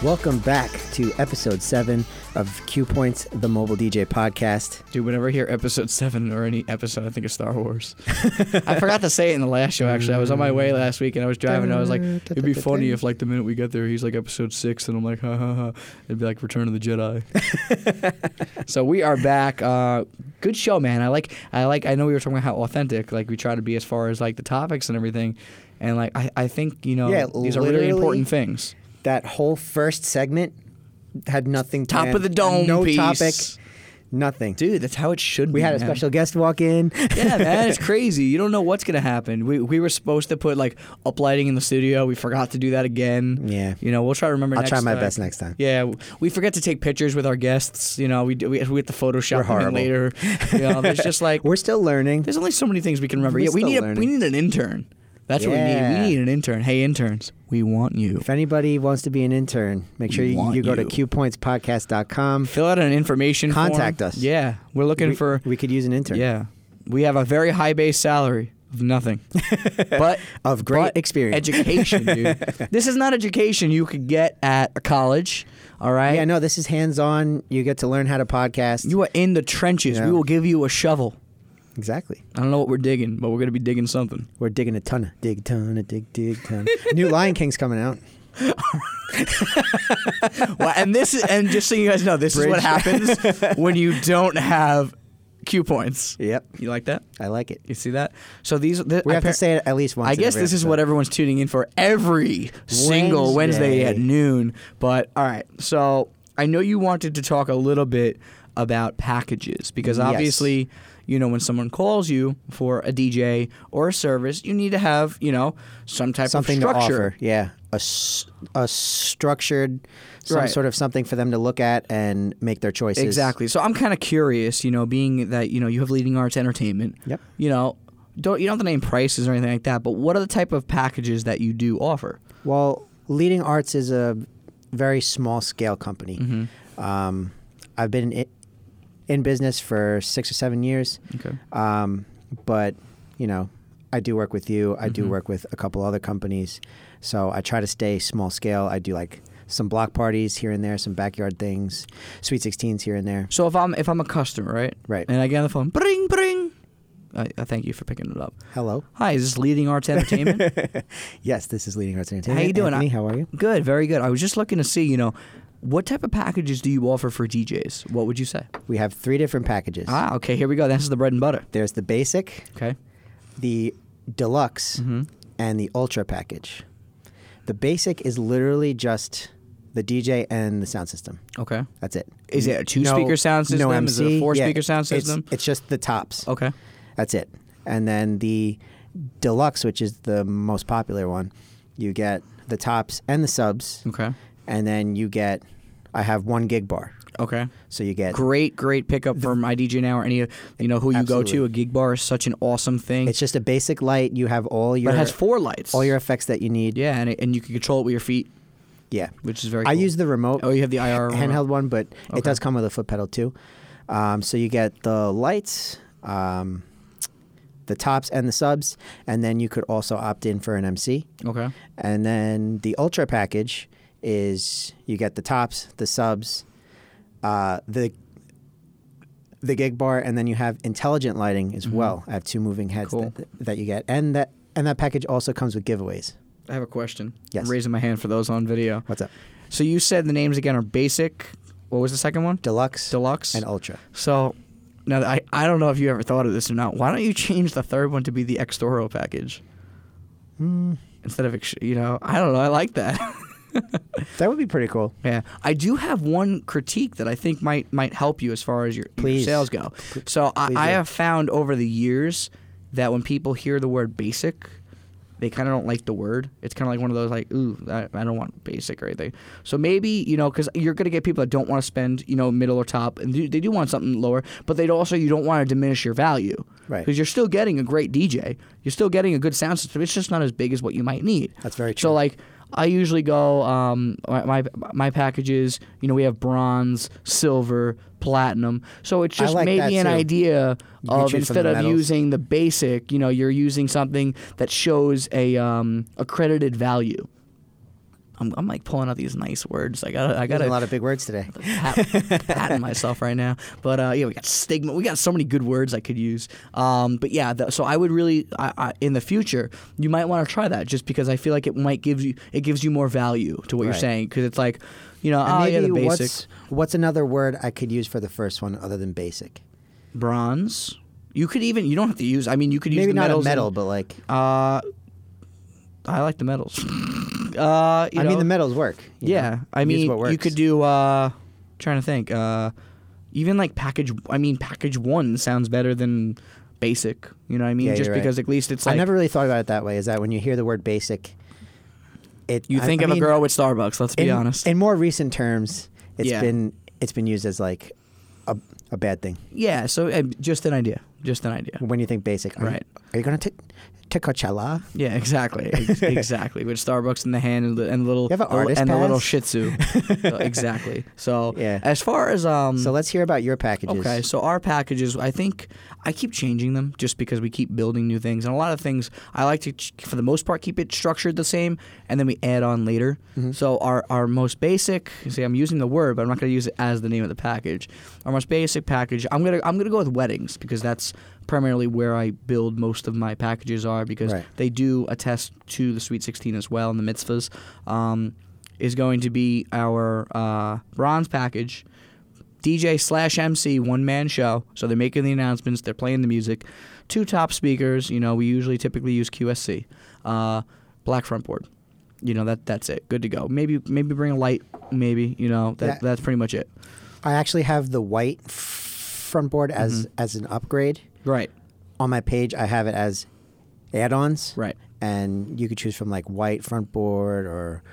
A: Welcome back to episode seven of Q Points, the mobile DJ podcast.
B: Dude, whenever I hear episode seven or any episode, I think of Star <laughs> Wars. I forgot to say it in the last show. Actually, I was on my way last week and I was driving. and I was like, "It'd be funny if, like, the minute we get there, he's like episode six, and I'm like, "Ha ha ha!" It'd be like Return of the <laughs> Jedi. so we are back. Uh, good show, man. I like. I like. I know we were talking about how authentic, like, we try to be as far as like the topics and everything, and like, I, I think you know,
A: Yeah,
B: these are really
A: literally-
B: important things.
A: That whole first segment had nothing.
B: Top
A: planned.
B: of the dome
A: No
B: piece.
A: topic. Nothing.
B: Dude, that's how it should be.
A: we had a
B: man.
A: special guest walk
B: <laughs>
A: in.
B: Yeah,
A: <laughs>
B: man, it's crazy. You don't know what's gonna happen. We we were supposed to put like uplighting in the studio. We forgot to do that again.
A: Yeah.
B: you know, we'll try to remember.
A: Mm. I'll
B: next
A: try my
B: time.
A: best next time.
B: Yeah, w- we forget to take pictures with our guests. You know, we do, we, we have to Photoshop
A: We're
B: them
A: <laughs>
B: in later. You know, there's just like
A: We're still learning.
B: there's only so many things we can remember.
A: We're
B: yeah, we
A: still
B: need a, we
A: learning.
B: need an intern. That's what we need.
A: Yeah.
B: We need an intern. Hey, interns, we want you.
A: If anybody wants to be an intern, make sure
B: We
A: you,
B: want
A: you go to
B: you.
A: qpointspodcast.com.
B: Fill out an information. form.
A: Contact us.
B: Yeah, we're looking
A: We,
B: for.
A: we could use an intern.
B: Yeah, we have a very high base salary of nothing, but
A: Of great
B: but
A: experience. <laughs>
B: Education, dude. this is not education you could get at a college. All right.
A: Yeah, no, this is hands on. You get to learn how to podcast.
B: You are in the trenches.
A: Yeah.
B: We will give you a shovel.
A: exactly.
B: I don't know what we're digging, but we're gonna be digging something.
A: We're digging a ton of dig ton of dig dig
B: <laughs>
A: ton. New Lion King's coming out.
B: well, and this is, and just so you guys know, this is what
A: Bridge. <laughs>
B: happens when you don't have cue points.
A: Yep.
B: You like that?
A: I like it.
B: You see that? So these th-
A: We have to
B: appar-
A: say it at least once.
B: I
A: in
B: guess
A: every
B: this is
A: episode.
B: what everyone's tuning in for every single Wednesday
A: Wednesday.
B: at noon. But all right, so I know you wanted to talk a little bit about packages because
A: Yes.
B: obviously,
D: you know, when someone calls you for a DJ or a service, you need to have, you know, some type
A: something to
D: of structure.
A: offer. Yeah, a, s- a structured, some
D: Right.
A: sort of something for them to look at and make their choices.
D: Exactly. So I'm kind of curious, you know, being that you know you have leading arts entertainment.
A: Yep.
D: You know, don't you don't have to name prices or anything like that, but what are the type of packages that you do offer?
A: Well, Leading Arts is a very small scale company.
D: Mm.
A: Um, I've been in, in business for six or seven years.
D: Okay.
A: Um, but you know, I do work with you. I
D: Mm-hmm.
A: do work with a couple other companies. So I try to stay small scale. I do like some block parties here and there, some backyard things, sweet sixteens here and there.
D: So if I'm if I'm a customer, right?
A: Right.
D: And I get on the phone, bring bring. I, I thank you for picking it up.
A: Hello.
D: Hi, is this Leading Arts Entertainment?
A: <laughs> Yes, this is Leading Arts
D: how
A: Entertainment.
D: you doing?
A: Anthony,
D: I-
A: how are you?
D: Good, very good. I was just looking to see, you know, what type of packages do you offer for DJs? What would you say?
A: We have three different packages.
D: Ah, okay, here we go. This is the bread and butter.
A: There's the basic,
D: Okay.
A: the deluxe,
D: Mm-hmm.
A: and the ultra package. The basic is literally just the DJ and the sound system.
D: Okay.
A: That's it.
D: Is it a two-speaker sound
A: No
D: system?
A: MC.
D: Is it a four-speaker
A: Yeah,
D: sound
A: it's-
D: system?
A: It's, just the tops.
D: Okay.
A: That's it. And then the deluxe, which is the most popular one, you get the tops and the subs.
D: Okay.
A: And then you get, I have one gig bar.
D: Okay.
A: So you get,
D: great, great pickup for my DJ now or any of you know who you go to.
A: Absolutely.
D: A gig bar is such an awesome thing.
A: it's just a basic light. You have all your,
D: but it has four lights.
A: all your effects that you need.
D: yeah, and, it, and you can control it with your feet,
A: Yeah.
D: which is very.
A: I
D: cool.
A: use the remote.
D: Oh, you have the IR remote.
A: handheld one, but
D: Okay.
A: it does come with a foot pedal too. Um, so you get the lights, um, the tops, and the subs, and then you could also opt in for an MC.
D: Okay.
A: And then the ultra package is you get the tops, the subs, uh, the the gig bar, and then you have intelligent lighting as well. I have two moving heads
D: Mm-hmm. Cool.
A: that, that you get, and that and that package also comes with giveaways.
D: I have a question.
A: Yes.
D: I'm raising my hand for those on video.
A: What's up?
D: So you said the names again are basic. What was the second one?
A: Deluxe,
D: Deluxe.
A: and ultra.
D: so now that I I don't know if you ever thought of this or not. Why don't you change the third one to be the Extoro package?
A: Hmm,
D: Instead of ex- you know, I don't know. I like that. <laughs>
A: That would be pretty cool.
D: Yeah, I do have one critique that I think might might help you as far as your, your
A: Please.
D: sales go. So I,
A: please
D: I
A: do.
D: have found over the years that when people hear the word basic, they kind of don't like the word. It's kind of like one of those like, ooh, I, I don't want basic or anything. So maybe you know, because you're gonna get people that don't want to spend you know middle or top, and they, they do want something lower, but they also you don't want to diminish your value.
A: Right.
D: Because you're still getting a great DJ, you're still getting a good sound system. It's just not as big as what you might need.
A: That's very
D: So
A: true.
D: like I usually go um my my, my packages, you know, we have bronze, silver, platinum. So it's
A: I
D: just
A: like that,
D: maybe an
A: too.
D: idea
A: can
D: of
A: choose from the
D: instead of
A: metals.
D: using the basic, you know, you're using something that shows a um accredited value. I'm, I'm like pulling out these nice words. I got I got
A: Got a lot of big words today.
D: pat, patting myself right now. But uh, yeah, we got stigma. We got so many good words I could use. Um, but yeah, the, so I would really, I, I, in the future, you might want to try that just because I feel like it might give you, it gives you more value to what you're
A: Right.
D: saying because it's like, you know,
A: And
D: oh yeah, the
A: maybe
D: basics,
A: What's, what's another word I could use for the first one other than basic?
D: bronze. You could even, you don't have to use. I mean, you could use
A: Maybe
D: the
A: not a
D: metals
A: metal,
D: and-
A: but like
D: uh, I like the metals. <laughs> uh, you
A: I mean
D: know.
A: the metals work. you
D: Yeah,
A: know?
D: I
A: Use
D: mean,
A: what
D: you
A: works.
D: could do. uh Trying to think. uh Even like package. I mean, package one sounds better than basic. You know what I mean?
A: Yeah,
D: Just
A: you're right.
D: because at least it's
A: I
D: like
A: never really thought about it that way. Is that when you hear the word basic, it
D: you
A: I-
D: think
A: I
D: of
A: mean,
D: a girl with Starbucks. Let's
A: In,
D: be honest.
A: In more recent terms, it's
D: Yeah.
A: been it's been used as like a, a bad thing.
D: yeah. So uh, just an idea. Just an idea.
A: When you think basic, are
D: Right. Mm.
A: You, are you gonna take to Coachella? <laughs>
D: Yeah, exactly, Ex- exactly. With Starbucks in the hand and, the- and little
A: You have an
D: the li-
A: artist
D: and the little
A: pass?
D: Shih Tzu,
A: <laughs>
D: So, exactly. So
A: Yeah.
D: as far as um,
A: So let's hear about your packages.
D: Okay, so our packages, I think I keep changing them just because we keep building new things, and a lot of things I like to, ch- for the most part, keep it structured the same, and then we add on later.
A: Mm-hmm.
D: So our our most basic, see, I'm using the word, but I'm not going to use it as the name of the package. Our most basic package, I'm gonna I'm gonna go with weddings because that's primarily where I build most of my packages are because
A: Right.
D: they do attest to the Sweet 16 as well and the mitzvahs. Um, is going to be our uh, bronze package. DJ slash MC one man show. So they're making the announcements, they're playing the music. Two top speakers. You know, we usually typically use QSC, uh, black front board. You know that that's it. Good to go. Maybe maybe bring a light. Maybe you know that
A: Yeah.
D: that's pretty much it. Mm-hmm.
A: I actually have the white f- front board as as an upgrade.
B: Right.
A: On my page, I have it as add-ons.
B: Right.
A: And you could choose from like white front board or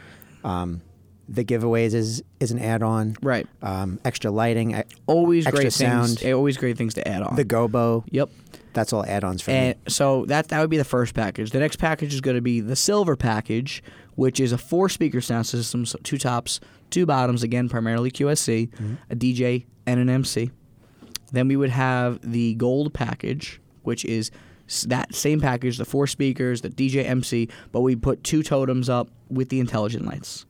A: um, the giveaways is is an add-on.
B: Right.
A: Um, extra lighting. e-
B: Always
A: Extra
B: great
A: sound.
B: things. eh, Always great things to add on.
A: The gobo.
B: Yep.
A: That's all add-ons for
B: And
A: me.
B: so that that would be the first package. The next package is going to be the silver package, which is a four speaker sound system, so two tops, two bottoms, again primarily QSC, a DJ and an MC. Then we would have the gold package, which is s- that same package, the four speakers, the DJ MC, but we put two totems up with the intelligent lights.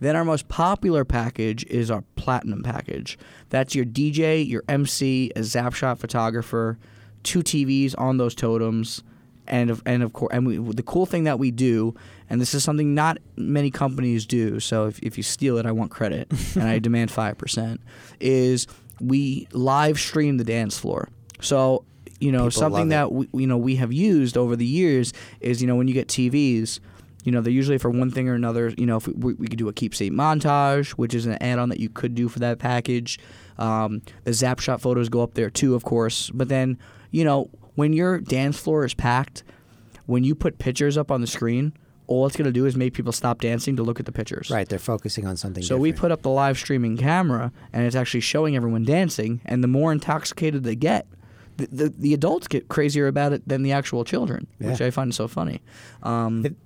B: Then our most popular package is our platinum package. That's your DJ, your MC, a Zapshot photographer, two TVs on those totems, and of and of course, and we, the cool thing that we do, and this is something not many companies do. So if if you steal it, I want credit,
A: <laughs>
B: and I demand five percent. Is we live stream the dance floor. So you know
A: People love
B: something
A: it.
B: that we, you know we have used over the years is you know when you get TVs, you know they're usually for one thing or another. You know if we, we, we could do a keepsake montage, which is an add-on that you could do for that package. Um, the zap shot photos go up there too, of course. But then you know when your dance floor is packed, when you put pictures up on the screen, all it's gonna do is make people stop dancing to look at the pictures.
A: Right. They're focusing on something.
B: So we
A: different.
B: put up the live streaming camera, and it's actually showing everyone dancing. And the more intoxicated they get, the the, the adults get crazier about it than the actual children, which
A: Yeah.
B: I find so funny. Um,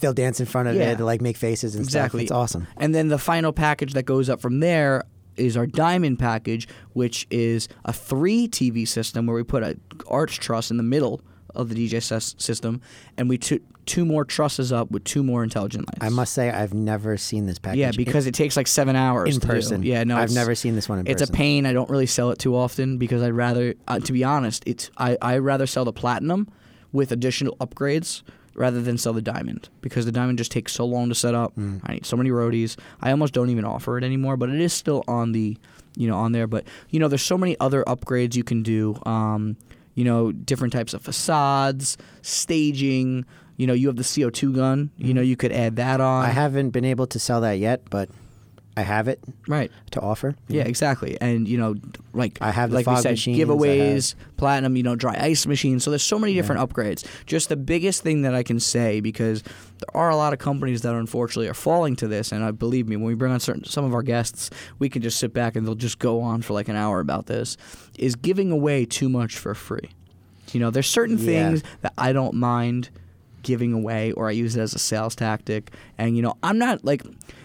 A: They'll dance in front of
B: Yeah.
A: it. They'll like make faces and
B: exactly,
A: stuff. It's awesome.
B: And then the final package that goes up from there is our diamond package, which is a three TV system where we put a arch truss in the middle of the DJ sys- system, and we took two more trusses up with two more intelligent lights.
A: I must say, I've never seen this package.
B: Yeah,
A: in-
B: because it takes like seven hours
A: in
B: to do.
A: person.
B: Yeah, no,
A: I've
B: it's-
A: never seen this one in
B: it's
A: person.
B: a pain. I don't really sell it too often because I'd rather, uh, to be honest, it's I I rather sell the platinum with additional upgrades rather than sell the diamond because the diamond just takes so long to set up.
A: Mm.
B: I need so many roadies. I almost don't even offer it anymore, but it is still on the, you know, on there. But you know, there's so many other upgrades you can do. Um, you know, different types of facades, staging. You know, you have the CO2 gun. You know, you could add that on.
A: Mm. I haven't been able to sell that yet, but I have it
B: right.
A: to offer.
B: Yeah, exactly. And you know, like
A: I have the
B: like
A: fog
B: we said,
A: machines, I have-
B: giveaways, platinum, you know, dry ice machines. So there's so many different upgrades. Just the biggest thing that I can say because there are a lot of companies that unfortunately are falling to this. And I believe me, when we bring on certain some of our guests, we can just sit back and they'll just go on for like an hour about this. Is giving away too much for free? You know, there's certain
A: Yeah.
B: things that I don't mind giving away or I use it as a sales tactic. And, you know, I'm not like,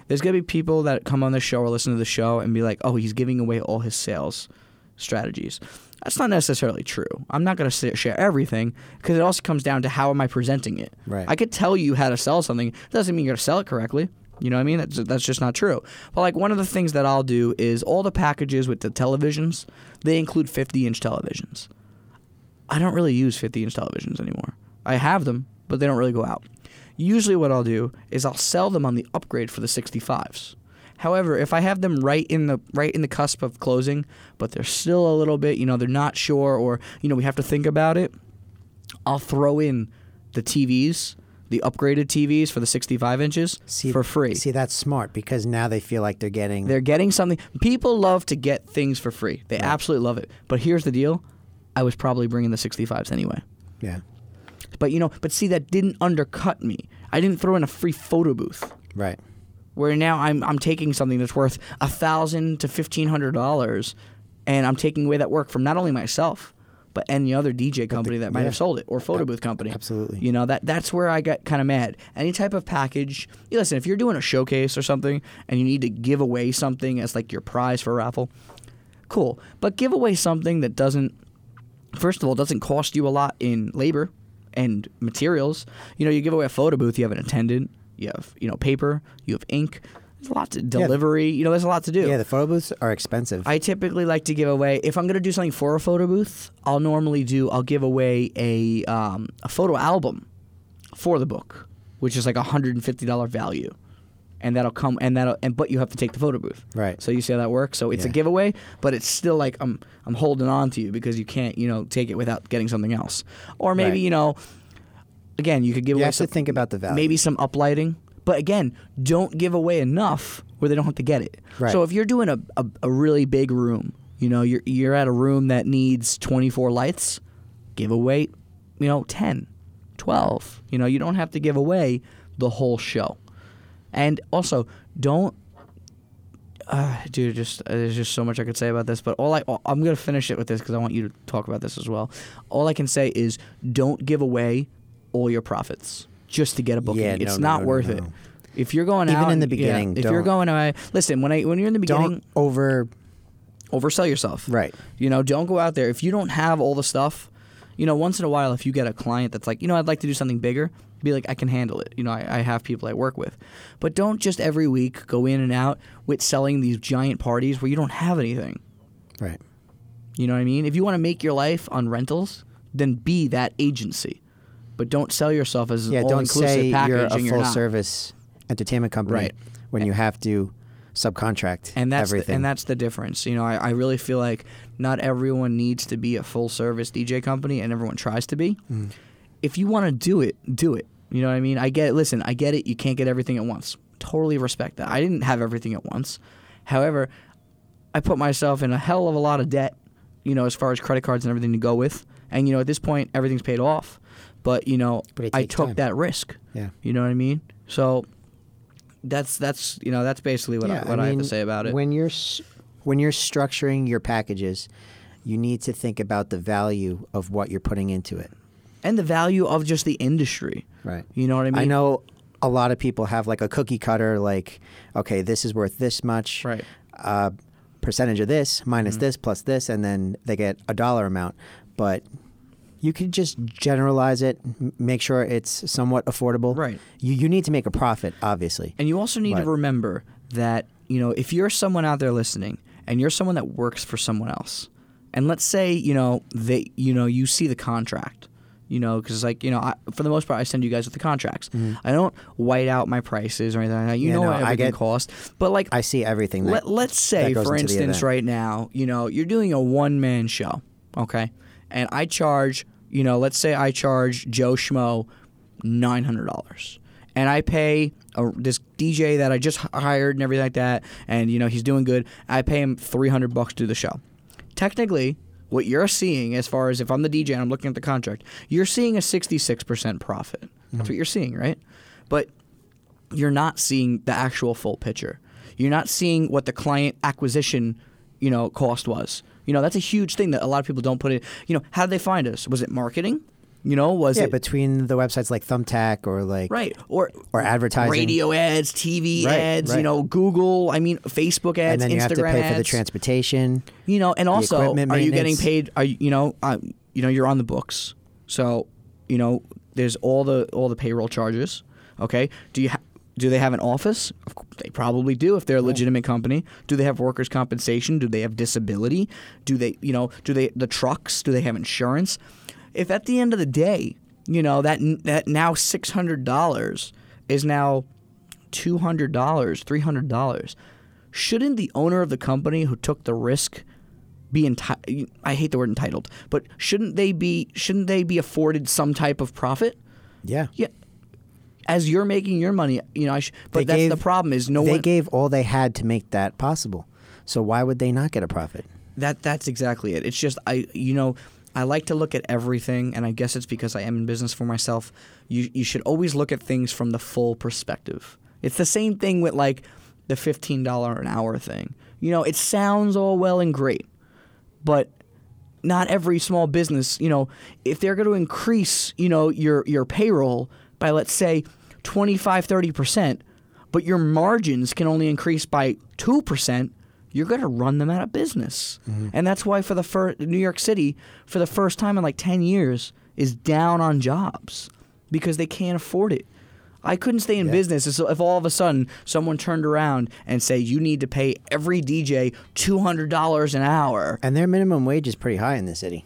B: there's going to be people that come on the show or listen to the show and be like, oh, he's giving away all his sales strategies. That's not necessarily true. I'm not going to share everything because it also comes down to how am I presenting it.
A: Right.
B: I could tell you how to sell something. It doesn't mean you're going to sell it correctly. You know what I mean? That's, that's just not true. But like one of the things that I'll do is all the packages with the televisions, they include 50 inch televisions. I don't really use 50 inch televisions anymore. I have them, but they don't really go out. Usually, what I'll do is I'll sell them on the upgrade for the 65s. However, if I have them right in the right in the cusp of closing, but they're still a little bit, you know, they're not sure, or you know, we have to think about it. I'll throw in the TVs, the upgraded TVs for the 65 inches for free.
A: See, that's smart because now they feel like they're getting.
B: They're getting something. People love to get things for free. They absolutely love it. But here's the deal: I was probably bringing the 65s anyway.
A: yeah,
B: But you know, but see, that didn't undercut me. I didn't throw in a free photo booth
A: right.
B: where now I'm I'm taking something that's worth a thousand to fifteen hundred dollars, and I'm taking away that work from not only myself but any other DJ company that might
A: yeah.
B: have sold it or photo booth company.
A: absolutely.
B: You know that that's where I got kind of mad. Any type of package, you listen, if you're doing a showcase or something and you need to give away something as like your prize for a raffle, cool. But give away something that doesn't first of all, it doesn't cost you a lot in labor and materials. You know, you give away a photo booth, you have an attendant, you have you know paper, you have ink. There's a lot to delivery. You know, there's a lot to do.
A: Yeah, the photo booths are expensive.
B: I typically like to give away if I'm gonna do something for a photo booth. I'll normally do I'll give away a um, a photo album for the book, which is like a hundred and fifty dollar value, and that'll come and that'll and but you have to take the photo booth.
A: Right.
B: So you see how that works. So it's a
A: Yeah.
B: giveaway, but it's still like I'm I'm holding on to you because you can't you know take it without getting something else, or maybe
A: Right.
B: you know. Again, you could give
A: you
B: away
A: have to
B: some-
A: think about the value.
B: maybe some uplighting. But again, don't give away enough where they don't have to get it.
A: Right.
B: So if you're doing a, a, a really big room, you know, you're you're at a room that needs 24 lights, give away, you know, 10, 12. You know, you don't have to give away the whole show. And also, don't uh, dude, just uh, there's just so much I could say about this, but all I all- I'm gonna finish it with this because I want you to talk about this as well. All I can say is don't give away all your profits just to get a booking.
A: Yeah,
B: it's
A: no,
B: not
A: no, no,
B: worth
A: no.
B: it. If you're going
A: Even
B: out
A: in the
B: and- yeah,
A: beginning,
B: if you're
A: don't.
B: going away, listen when I when you're in the beginning,
A: Don't over.
B: oversell yourself.
A: Right.
B: You know, don't go out there if you don't have all the stuff. You know, once in a while, if you get a client that's like, you know, I'd like to do something bigger, be like, I can handle it. You know, I, I have people I work with, but don't just every week go in and out with selling these giant parties where you don't have anything.
A: Right.
B: You know what I mean? If you want to make your life on rentals, then be that agency, but don't sell yourself as an
A: Yeah. Don't
B: all-inclusive
A: say
B: package
A: you're a
B: and
A: full
B: you're not.
A: service entertainment company
B: Right.
A: when you have to subcontract
B: and that's
A: everything.
B: The, and that's the difference. You know, I, I really feel like not everyone needs to be a full service DJ company, and everyone tries to be.
A: Mm.
B: If you want to do it, do it. You know what I mean? I get it. Listen, I get it. You can't get everything at once. Totally respect that. I didn't have everything at once. However, I put myself in a hell of a lot of debt. You know, as far as credit cards and everything to go with, and you know, at this point, everything's paid off. But you know,
A: But it
B: I
A: takes
B: took
A: time.
B: that risk.
A: Yeah.
B: You know what I mean? So. That's that's you know that's basically what I,
A: Yeah,
B: what I, have to
A: mean,
B: say about it.
A: When you're s- when you're structuring your packages, you need to think about the value of what you're putting into it.
B: and the value of just the industry.
A: Right.
B: You know what I mean?
A: I know a lot of people have like a cookie cutter, like okay, this is worth this much,
B: Right. Mm-hmm.
A: Uh, percentage of this minus this plus this, and then they get a dollar amount. But you can just generalize it, m- make sure it's somewhat affordable.
B: Right.
A: You you need to make a profit, obviously.
B: And you also need
A: Right.
B: to remember that, you know, if you're someone out there listening and you're someone that works for someone else, and let's say, you know, they, you know, you see the contract, you know, because like, you know, I, for the most part, I send you guys with the contracts. I don't white out my prices or anything like that. You
A: Mm-hmm. Yeah,
B: know
A: no,
B: what
A: I
B: everything
A: get-
B: costs. But like,
A: I see everything. That,
B: Let, let's say,
A: that goes
B: for
A: into the
B: instance,
A: event.
B: right now, you know, you're doing a one man show, okay? And I charge, you know, let's say I charge Joe Schmo $900. And I pay a, this DJ that I just h- hired and everything like that, and, you know, he's doing good. I pay him 300 bucks to do the show. Technically, what you're seeing, as far as if I'm the DJ and I'm looking at the contract, you're seeing a 66% profit.
A: Mm-hmm.
B: That's what you're seeing, right? But you're not seeing the actual full picture. You're not seeing what the client acquisition, you know, cost was. You know, that's a huge thing that a lot of people don't put in. You know, how did they find us? Was it marketing? You know, was
A: yeah,
B: it
A: between the websites like Thumbtack or like
B: right or
A: or advertising,
B: radio ads, TV
A: Right,
B: ads, you
A: right.
B: know, Google, I mean, Facebook
A: and
B: ads,
A: then
B: Instagram
A: you have to pay
B: ads.
A: for the transportation.
B: You know, and also,
A: equipment
B: are you getting
A: maintenance.
B: paid? Are you, you know, uh, you know, you're on the books, so you know, there's all the all the payroll charges. Okay, do you ha- do they have an office? Of course, they probably do if they're a legitimate company. Do they have workers' compensation? Do they have disability? Do they, you know, do they the trucks? Do they have insurance? If at the end of the day, you know that n- that now six hundred dollars is now two hundred dollars, three hundred dollars. Shouldn't the owner of the company who took the risk be entitled? I hate the word entitled, but shouldn't they be? Shouldn't they be afforded some type of profit?
A: Yeah.
B: Yeah. As you're making your money, you know. I sh- but
A: They
B: that's
A: gave-
B: the problem is no
A: they
B: one.
A: gave all they had to make that possible. So why would they not get a profit?
B: that that's exactly it. It's just I you know I like to look at everything, and I guess it's because I am in business for myself. You you should always look at things from the full perspective. It's the same thing with like the fifteen dollar an hour thing. You know, it sounds all well and great, but not every small business, you know, if they're going to increase, you know, your your payroll by let's say 25 30%, but your margins can only increase by 2%, you're going to run them out of business. And that's why for the first New York City for the first time in like 10 years is down on jobs because they can't afford it. I couldn't stay in business if if all of a sudden someone turned around and say you need to pay every DJ $200 an hour.
A: And their minimum wage is pretty high in the city.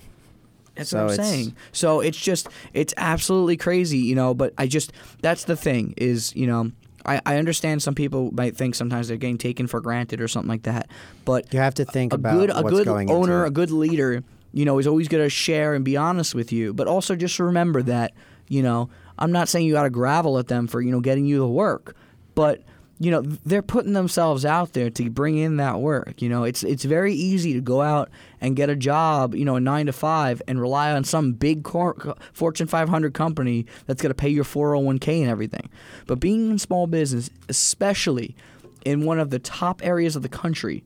B: That's
A: So
B: what I'm
A: it's-
B: saying. So it's just it's absolutely crazy, you know. But I just that's the thing is you know I, I understand some people might think sometimes they're getting taken for granted or something like that. But
A: You have to think
B: a
A: about
B: good a
A: what's
B: good
A: going
B: owner,
A: into
B: a
A: it.
B: good leader, you know, is always going to share and be honest with you. But also just remember that you know I'm not saying you got to gravel at them for you know getting you the work, but you know they're putting themselves out there to bring in that work you know it's it's very easy to go out and get a job you know a 9 to 5 and rely on some big cor- fortune 500 company that's going to pay your 401k and everything but being in small business especially in one of the top areas of the country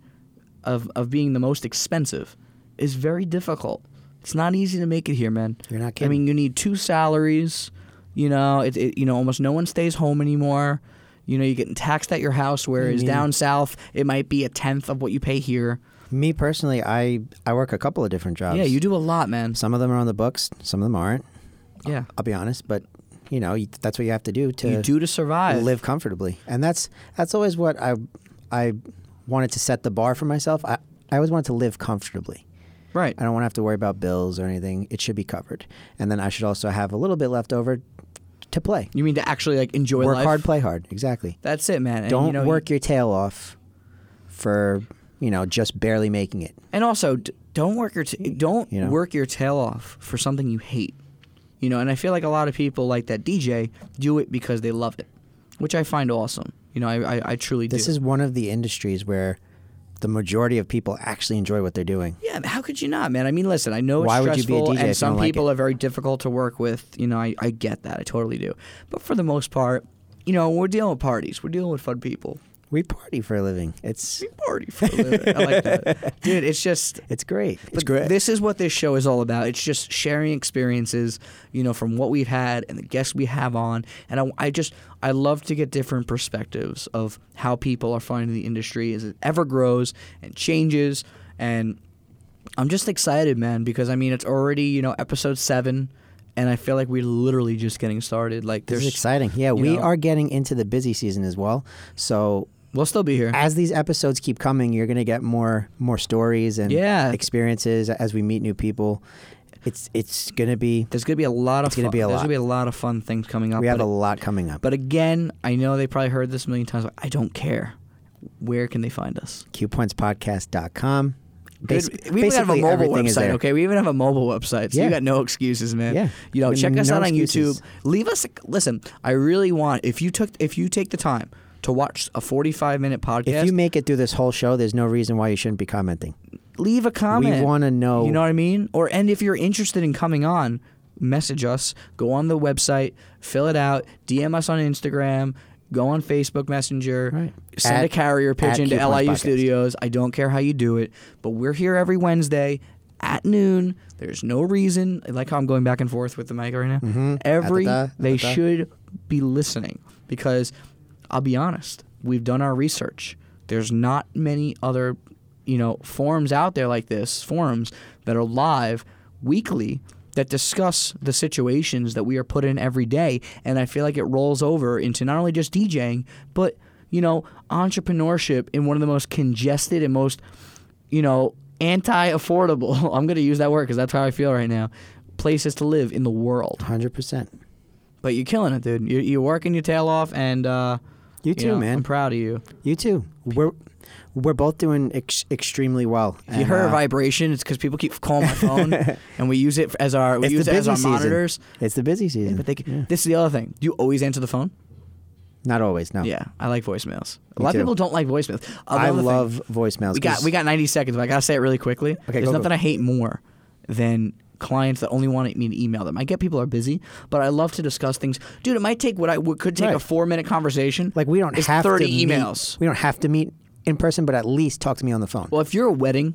B: of of being the most expensive is very difficult it's not easy to make it here man
A: You're not
B: i
A: kidding.
B: mean you need two salaries you know it, it you know almost no one stays home anymore you know, you're getting taxed at your house, whereas down south it might be a tenth of what you pay here.
A: Me personally, I I work a couple of different jobs.
B: Yeah, you do a lot, man.
A: Some of them are on the books, some of them aren't.
B: Yeah,
A: I'll be honest, but you know you- that's what you have to do to
B: you do to survive.
A: live comfortably, and that's that's always what I I wanted to set the bar for myself. I I always wanted to live comfortably.
B: right.
A: I don't want to have to worry about bills or anything. It should be covered, and then I should also have a little bit left over to play.
B: You mean to actually like enjoy
A: work
B: life?
A: hard, play hard. Exactly.
B: That's it, man. And,
A: don't
B: you know,
A: work your tail off for you know just barely making it.
B: and also, d- don't work your t- don't
A: You know.
B: work your tail off for something you hate. You know, and I feel like a lot of people like that DJ do it because they love it, which I find awesome. You know, I I, I truly
A: This
B: do.
A: is one of the industries where the majority of people actually enjoy what they're doing.
B: Yeah, how could you not, man? I mean, listen, I know it's
A: Why would you be a
B: stressful,
A: DJ if you
B: and some
A: don't like
B: people
A: it?
B: are very difficult to work with. You know, I, I get that. I totally do. But for the most part, you know, we're dealing with parties. We're dealing with fun people.
A: We party for a living. It's
B: We party for a living. I like
A: <laughs>
B: that. Dude, it's just...
A: it's great. It's
B: but This is what this show is all about. It's just sharing experiences, you know, from what we've had and the guests we have on. And I, I just, I love to get different perspectives of how people are finding the industry as it ever grows and changes. And I'm just excited, man, because I mean, it's already, you know, episode seven. And I feel like we're literally just getting started. Like,
A: This
B: there's
A: is exciting. Yeah,
B: you
A: we
B: know.
A: are getting into the busy season as well. So
B: We'll still be here.
A: as these episodes keep coming, you're gonna get more more stories and
B: Yeah.
A: experiences as we meet new people. It's it's gonna be
B: There's gonna be a lot of.
A: It's gonna
B: fun-
A: be a
B: There's
A: lot.
B: gonna be a lot of fun things coming up.
A: we have
B: but
A: a lot coming up.
B: But again, I know they probably heard this a million times. But I don't care. Where can they find us?
A: QPointsPodcast.com. Bas-
B: Dude, we even have a
A: basically
B: mobile
A: everything is
B: website.
A: there.
B: Okay, we even have a mobile website. So
A: Yeah.
B: you got no excuses, man.
A: Yeah.
B: You know,
A: N-
B: check us
A: no
B: out on
A: excuses.
B: YouTube. Leave us. A, listen, I really want if you took if you take the time to watch a forty-five minute podcast,
A: If you make it through this whole show, there's no reason why you shouldn't be commenting.
B: leave a comment.
A: We wanna know-
B: You know what I mean? Or and if you're interested in coming on, message us. Go on the website, fill it out, DM us on Instagram, go on Facebook Messenger,
A: Right.
B: send a
A: At-
B: carrier pigeon
A: at
B: to
A: Coupons
B: LIU
A: Podcast.
B: Studios. I don't care how you do it, but we're here every Wednesday at noon. There's no reason. I like how I'm going back and forth with the mic right now.
A: Mm-hmm.
B: Every
A: Da-da-da,
B: they
A: da-da-da.
B: should be listening because I'll be honest, we've done our research. There's not many other, you know, forums out there like this, forums that are live weekly that discuss the situations that we are put in every day. And I feel like it rolls over into not only just DJing, but, you know, entrepreneurship in one of the most congested and most, you know, anti affordable, <laughs> I'm going to use that word because that's how I feel right now, places to live in the world.
A: 100%.
B: But you're killing it, dude. You're, you're working your tail off, and uh,
A: You too,
B: know,
A: man.
B: I'm proud of you.
A: You too. We're we're both doing ex- extremely well.
B: If you heard a
A: uh,
B: vibration, it's because people keep calling
A: <laughs>
B: my phone, and we use it as our we
A: it's
B: use
A: the
B: it as
A: busy
B: our
A: season.
B: monitors.
A: It's the busy season.
B: But they, c this is the other thing. Do you always answer the phone?
A: Not always. No.
B: Yeah, I like voicemails. A
A: Oh. Me
B: lot
A: too.
B: of people don't like voicemails.
A: I
B: Another thing-
A: love voicemails.
B: We got
A: 'cause
B: we got 90 seconds, but I gotta say it really quickly. There's
A: go, go.
B: nothing I hate more than clients that only want me to email them. I get people are busy, but I love to discuss things. Dude, it might take what I would, could take a
A: Right.
B: four minute conversation.
A: like we don't
B: is
A: have
B: 30
A: to meet-
B: emails.
A: we don't have to meet in person, but at least talk to me on the phone.
B: Well, if you're a wedding,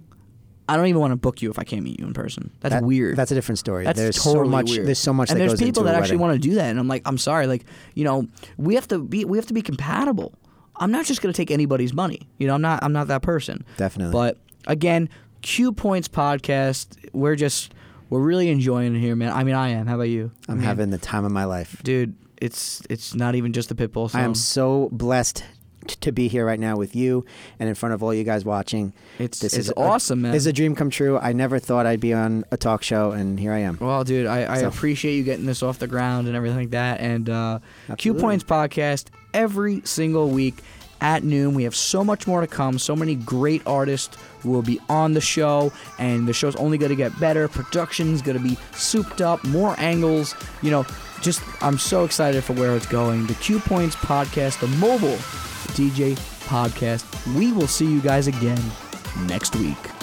B: I don't even want to book you if I can't meet you in person. That's
A: That-
B: weird.
A: That's a different story.
B: That's
A: there's
B: totally
A: so much.
B: weird.
A: There's so much
B: And
A: that
B: there's
A: goes
B: people
A: into a
B: that actually
A: wedding.
B: want to do that, and I'm like, I'm sorry, like you know, we have to be we have to be compatible. I'm not just gonna take anybody's money. You know, I'm not I'm not that person.
A: Definitely.
B: But again, Q Points podcast. We're just we're really enjoying it here, man. I mean, I am. How about you?
A: I'm having the time of my life.
B: dude. It's it's not even just the pitbull.
A: I am so blessed t- to be here right now with you and in front of all you guys watching.
B: It's-
A: this
B: it's
A: is a-
B: awesome, man.
A: This is a dream come true. I never thought I'd be on a talk show, and here I am.
B: Well, dude, I, I
A: So-
B: appreciate you getting this off the ground and everything like that. And uh, Q
A: Absolutely.
B: Points podcast every single week at noon. We have so much more to come. So many great artists will be on the show, and the show's only going to get better. Production's going to be souped up, more angles. You know, just I'm so excited for where it's going. The Q Points podcast, the mobile DJ Podcast. We will see you guys again next week.